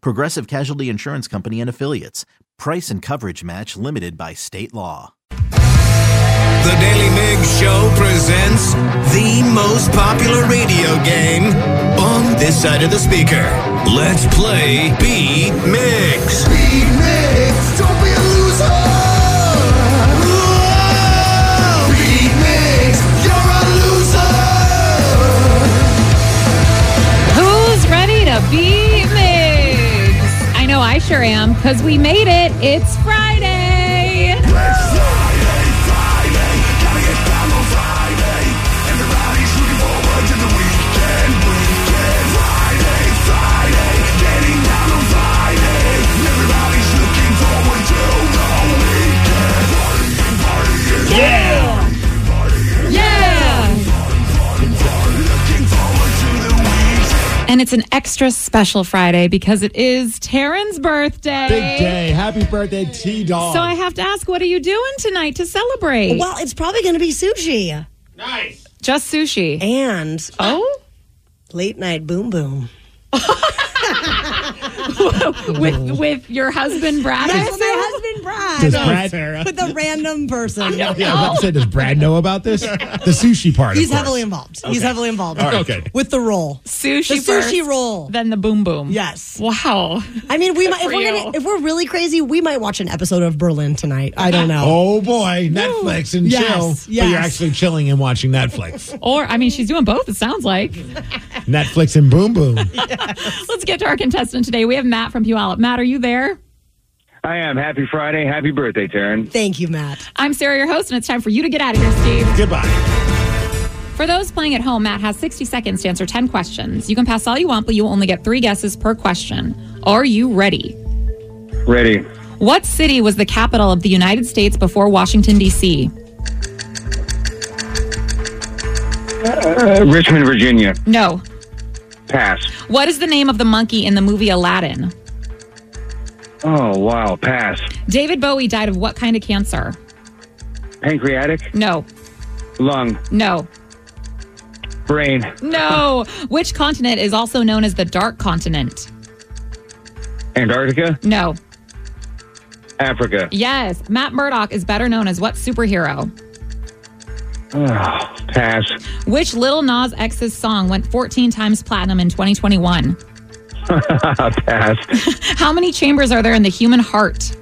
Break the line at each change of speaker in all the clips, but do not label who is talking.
Progressive Casualty Insurance Company and Affiliates. Price and coverage match limited by state law.
The Daily Mig Show presents the most popular radio game on this side of the speaker. Let's play Beat Mix. Beat Mix, don't be a loser. Beat Mix, you're a loser.
Who's ready to be Migs? I know I sure am because we made it. It's Friday. Yeah. And it's an extra special Friday because it is Taryn's birthday.
Big day. Happy birthday, T Dog.
So I have to ask, what are you doing tonight to celebrate?
Well, it's probably going to be sushi
Just
uh,
sushi.
and
Oh,
late night boom boom.
with with your husband Brad.
That's
also?
my husband Brad
does Brad,
with a random person.
yeah, I was about to say, does Brad know about this? The sushi part.
He's
of course.
heavily involved. He's heavily involved.
Okay.
With the roll,
Sushi
the sushi
first,
roll.
Then the boom boom.
Yes.
Wow.
I mean, we might if
for
we're
you.
gonna, if we're really crazy, we might watch an episode of Berlin tonight. I don't know.
Oh boy, Netflix and
Yes,
chill. But
yes.
you're actually chilling and watching Netflix.
Or I mean, she's doing both. It sounds like.
Netflix and boom boom.
Let's get to our contestant today. We have Matt from Puyallup. Matt, are you there?
I am. Happy Friday. Happy birthday, Taryn.
Thank you, Matt.
I'm Sarah, your host, and it's time for you to get out of here, Steve.
Goodbye.
For those playing at home, Matt has 60 seconds to answer 10 questions. You can pass all you want, but you will only get three guesses per question. Are you ready?
Ready.
What city was the capital of the United States before Washington, D.C.?
Uh, Richmond, Virginia.
No.
Pass.
What is the name of the monkey in the movie Aladdin?
Oh, wow. Pass.
David Bowie died of what kind of cancer?
Pancreatic,
No.
lung,
No.
brain,
No. Which continent is also known as the Dark Continent?
Antarctica,
No.
Africa.
Yes. Matt Murdock is better known as what superhero?
Oh, pass.
Which Little Nas X's song went 14 times platinum in 2021?
pass.
How many chambers are there in the human heart?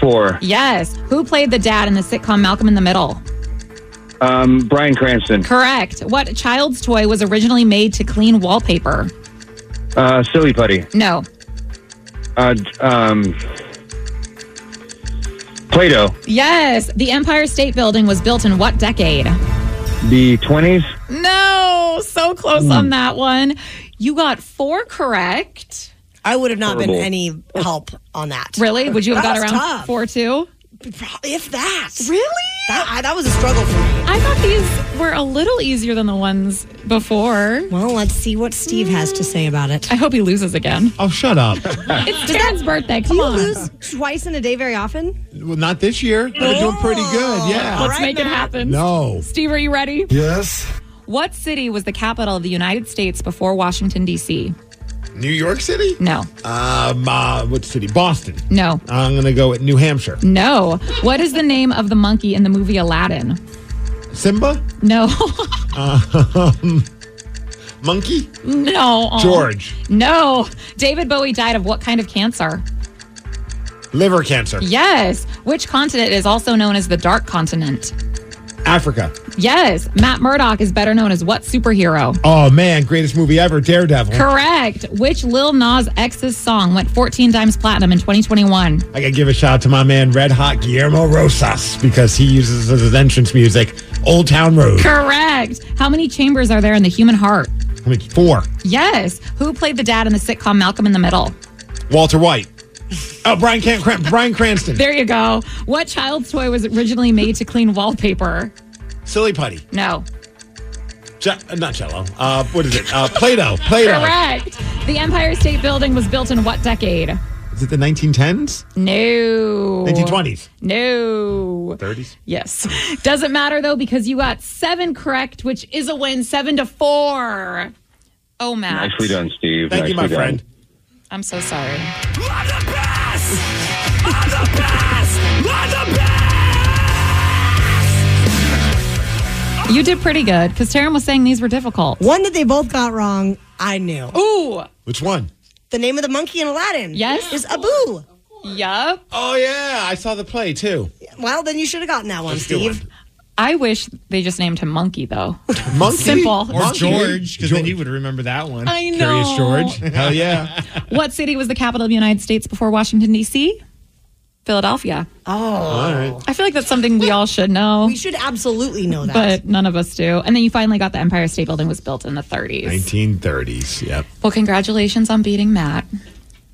Four.
Yes. Who played the dad in the sitcom Malcolm in the Middle?
Um, Brian Cranston.
Correct. What child's toy was originally made to clean wallpaper?
Uh, silly putty.
No.
Uh, um, Play-Doh.
Yes. The Empire State Building was built in what decade?
The twenties.
No. So close
Hmm.
on that one. You got four correct.
I would have not
Horrible.
been any help on that.
Really? Would you have
That
got
was
around
tough.
four too?
If that
Really?
that, I, that was a struggle for me.
I thought these were a little easier than the ones before.
Well, let's see what Steve has to say about it.
I hope he loses again.
Oh, shut up.
It's Dan's birthday. Come
Do you
on.
lose twice in a day very often?
well, not this year. We're doing pretty
Oh.
good. Yeah.
Let's make it happen.
No.
Steve, are you ready?
Yes.
What city was the capital of the United States before Washington, D.C.?
New York City?
No,
Um, uh, what city? Boston.
no,
I'm going to go with New Hampshire.
no. What is the name of the monkey in the movie Aladdin?
Simba?
No,
Monkey?
no.
George.
No. David Bowie died of what kind of cancer?
Liver cancer.
Yes. Which continent is also known as the Dark Continent?
Africa.
Yes. Matt Murdock is better known as what superhero?
Oh man, greatest movie ever, Daredevil.
Correct. Which Lil Nas X's song went 14 times platinum in 2021?
I gotta give a shout out to my man Red Hot Guillermo Rosas because he uses as his entrance music Old Town Road.
Correct. How many chambers are there in the human heart?
I mean, four.
Yes. Who played the dad in the sitcom Malcolm in the Middle?
Walter White. Oh, Brian Can- Cran- Brian Cranston.
There you go. What child's toy was originally made to clean wallpaper?
Silly putty.
No.
Je- uh, not cello. Uh, what is it? Uh, Play-Doh. Play-Doh.
Correct. The Empire State Building was built in what decade?
Is it the 1910s?
No.
1920s.
No.
30s.
Yes. Doesn't matter though because you got seven correct, which is a win, seven to four. Oh, Matt.
Nicely done, Steve.
Thank you, my
Nicely done.
friend.
I'm so sorry. You did pretty good because Taryn was saying these were difficult.
One that they both got wrong, I knew.
Ooh.
Which one?
The name of the monkey in Aladdin.
Yes.
Is Abu.
Yup.
Oh yeah, I saw the play too.
Well, then you should have gotten that one, Steve.
I wish they just named him Monkey though.
Monkey.
Simple.
Or
Monkey.
George, because then
George.
you would remember that one.
I know.
Curious George.
Hell yeah.
what city was the capital of the United States before Washington D.C.? Philadelphia.
All right.
I feel like that's something we all should know.
Oh. We should absolutely know that.
but none of us do. And then you finally got the Empire State Building was built in the 30s.
1930s. Yep.
Well, congratulations on beating Matt.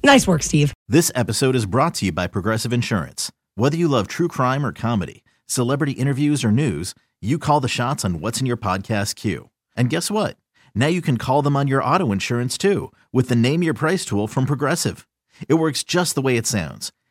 nice work, Steve.
This episode is brought to you by Progressive Insurance. Whether you love true crime or comedy, celebrity interviews or news, you call the shots on what's in your podcast queue. And guess what? Now you can call them on your auto insurance too with the Name Your Price tool from Progressive. It works just the way it sounds.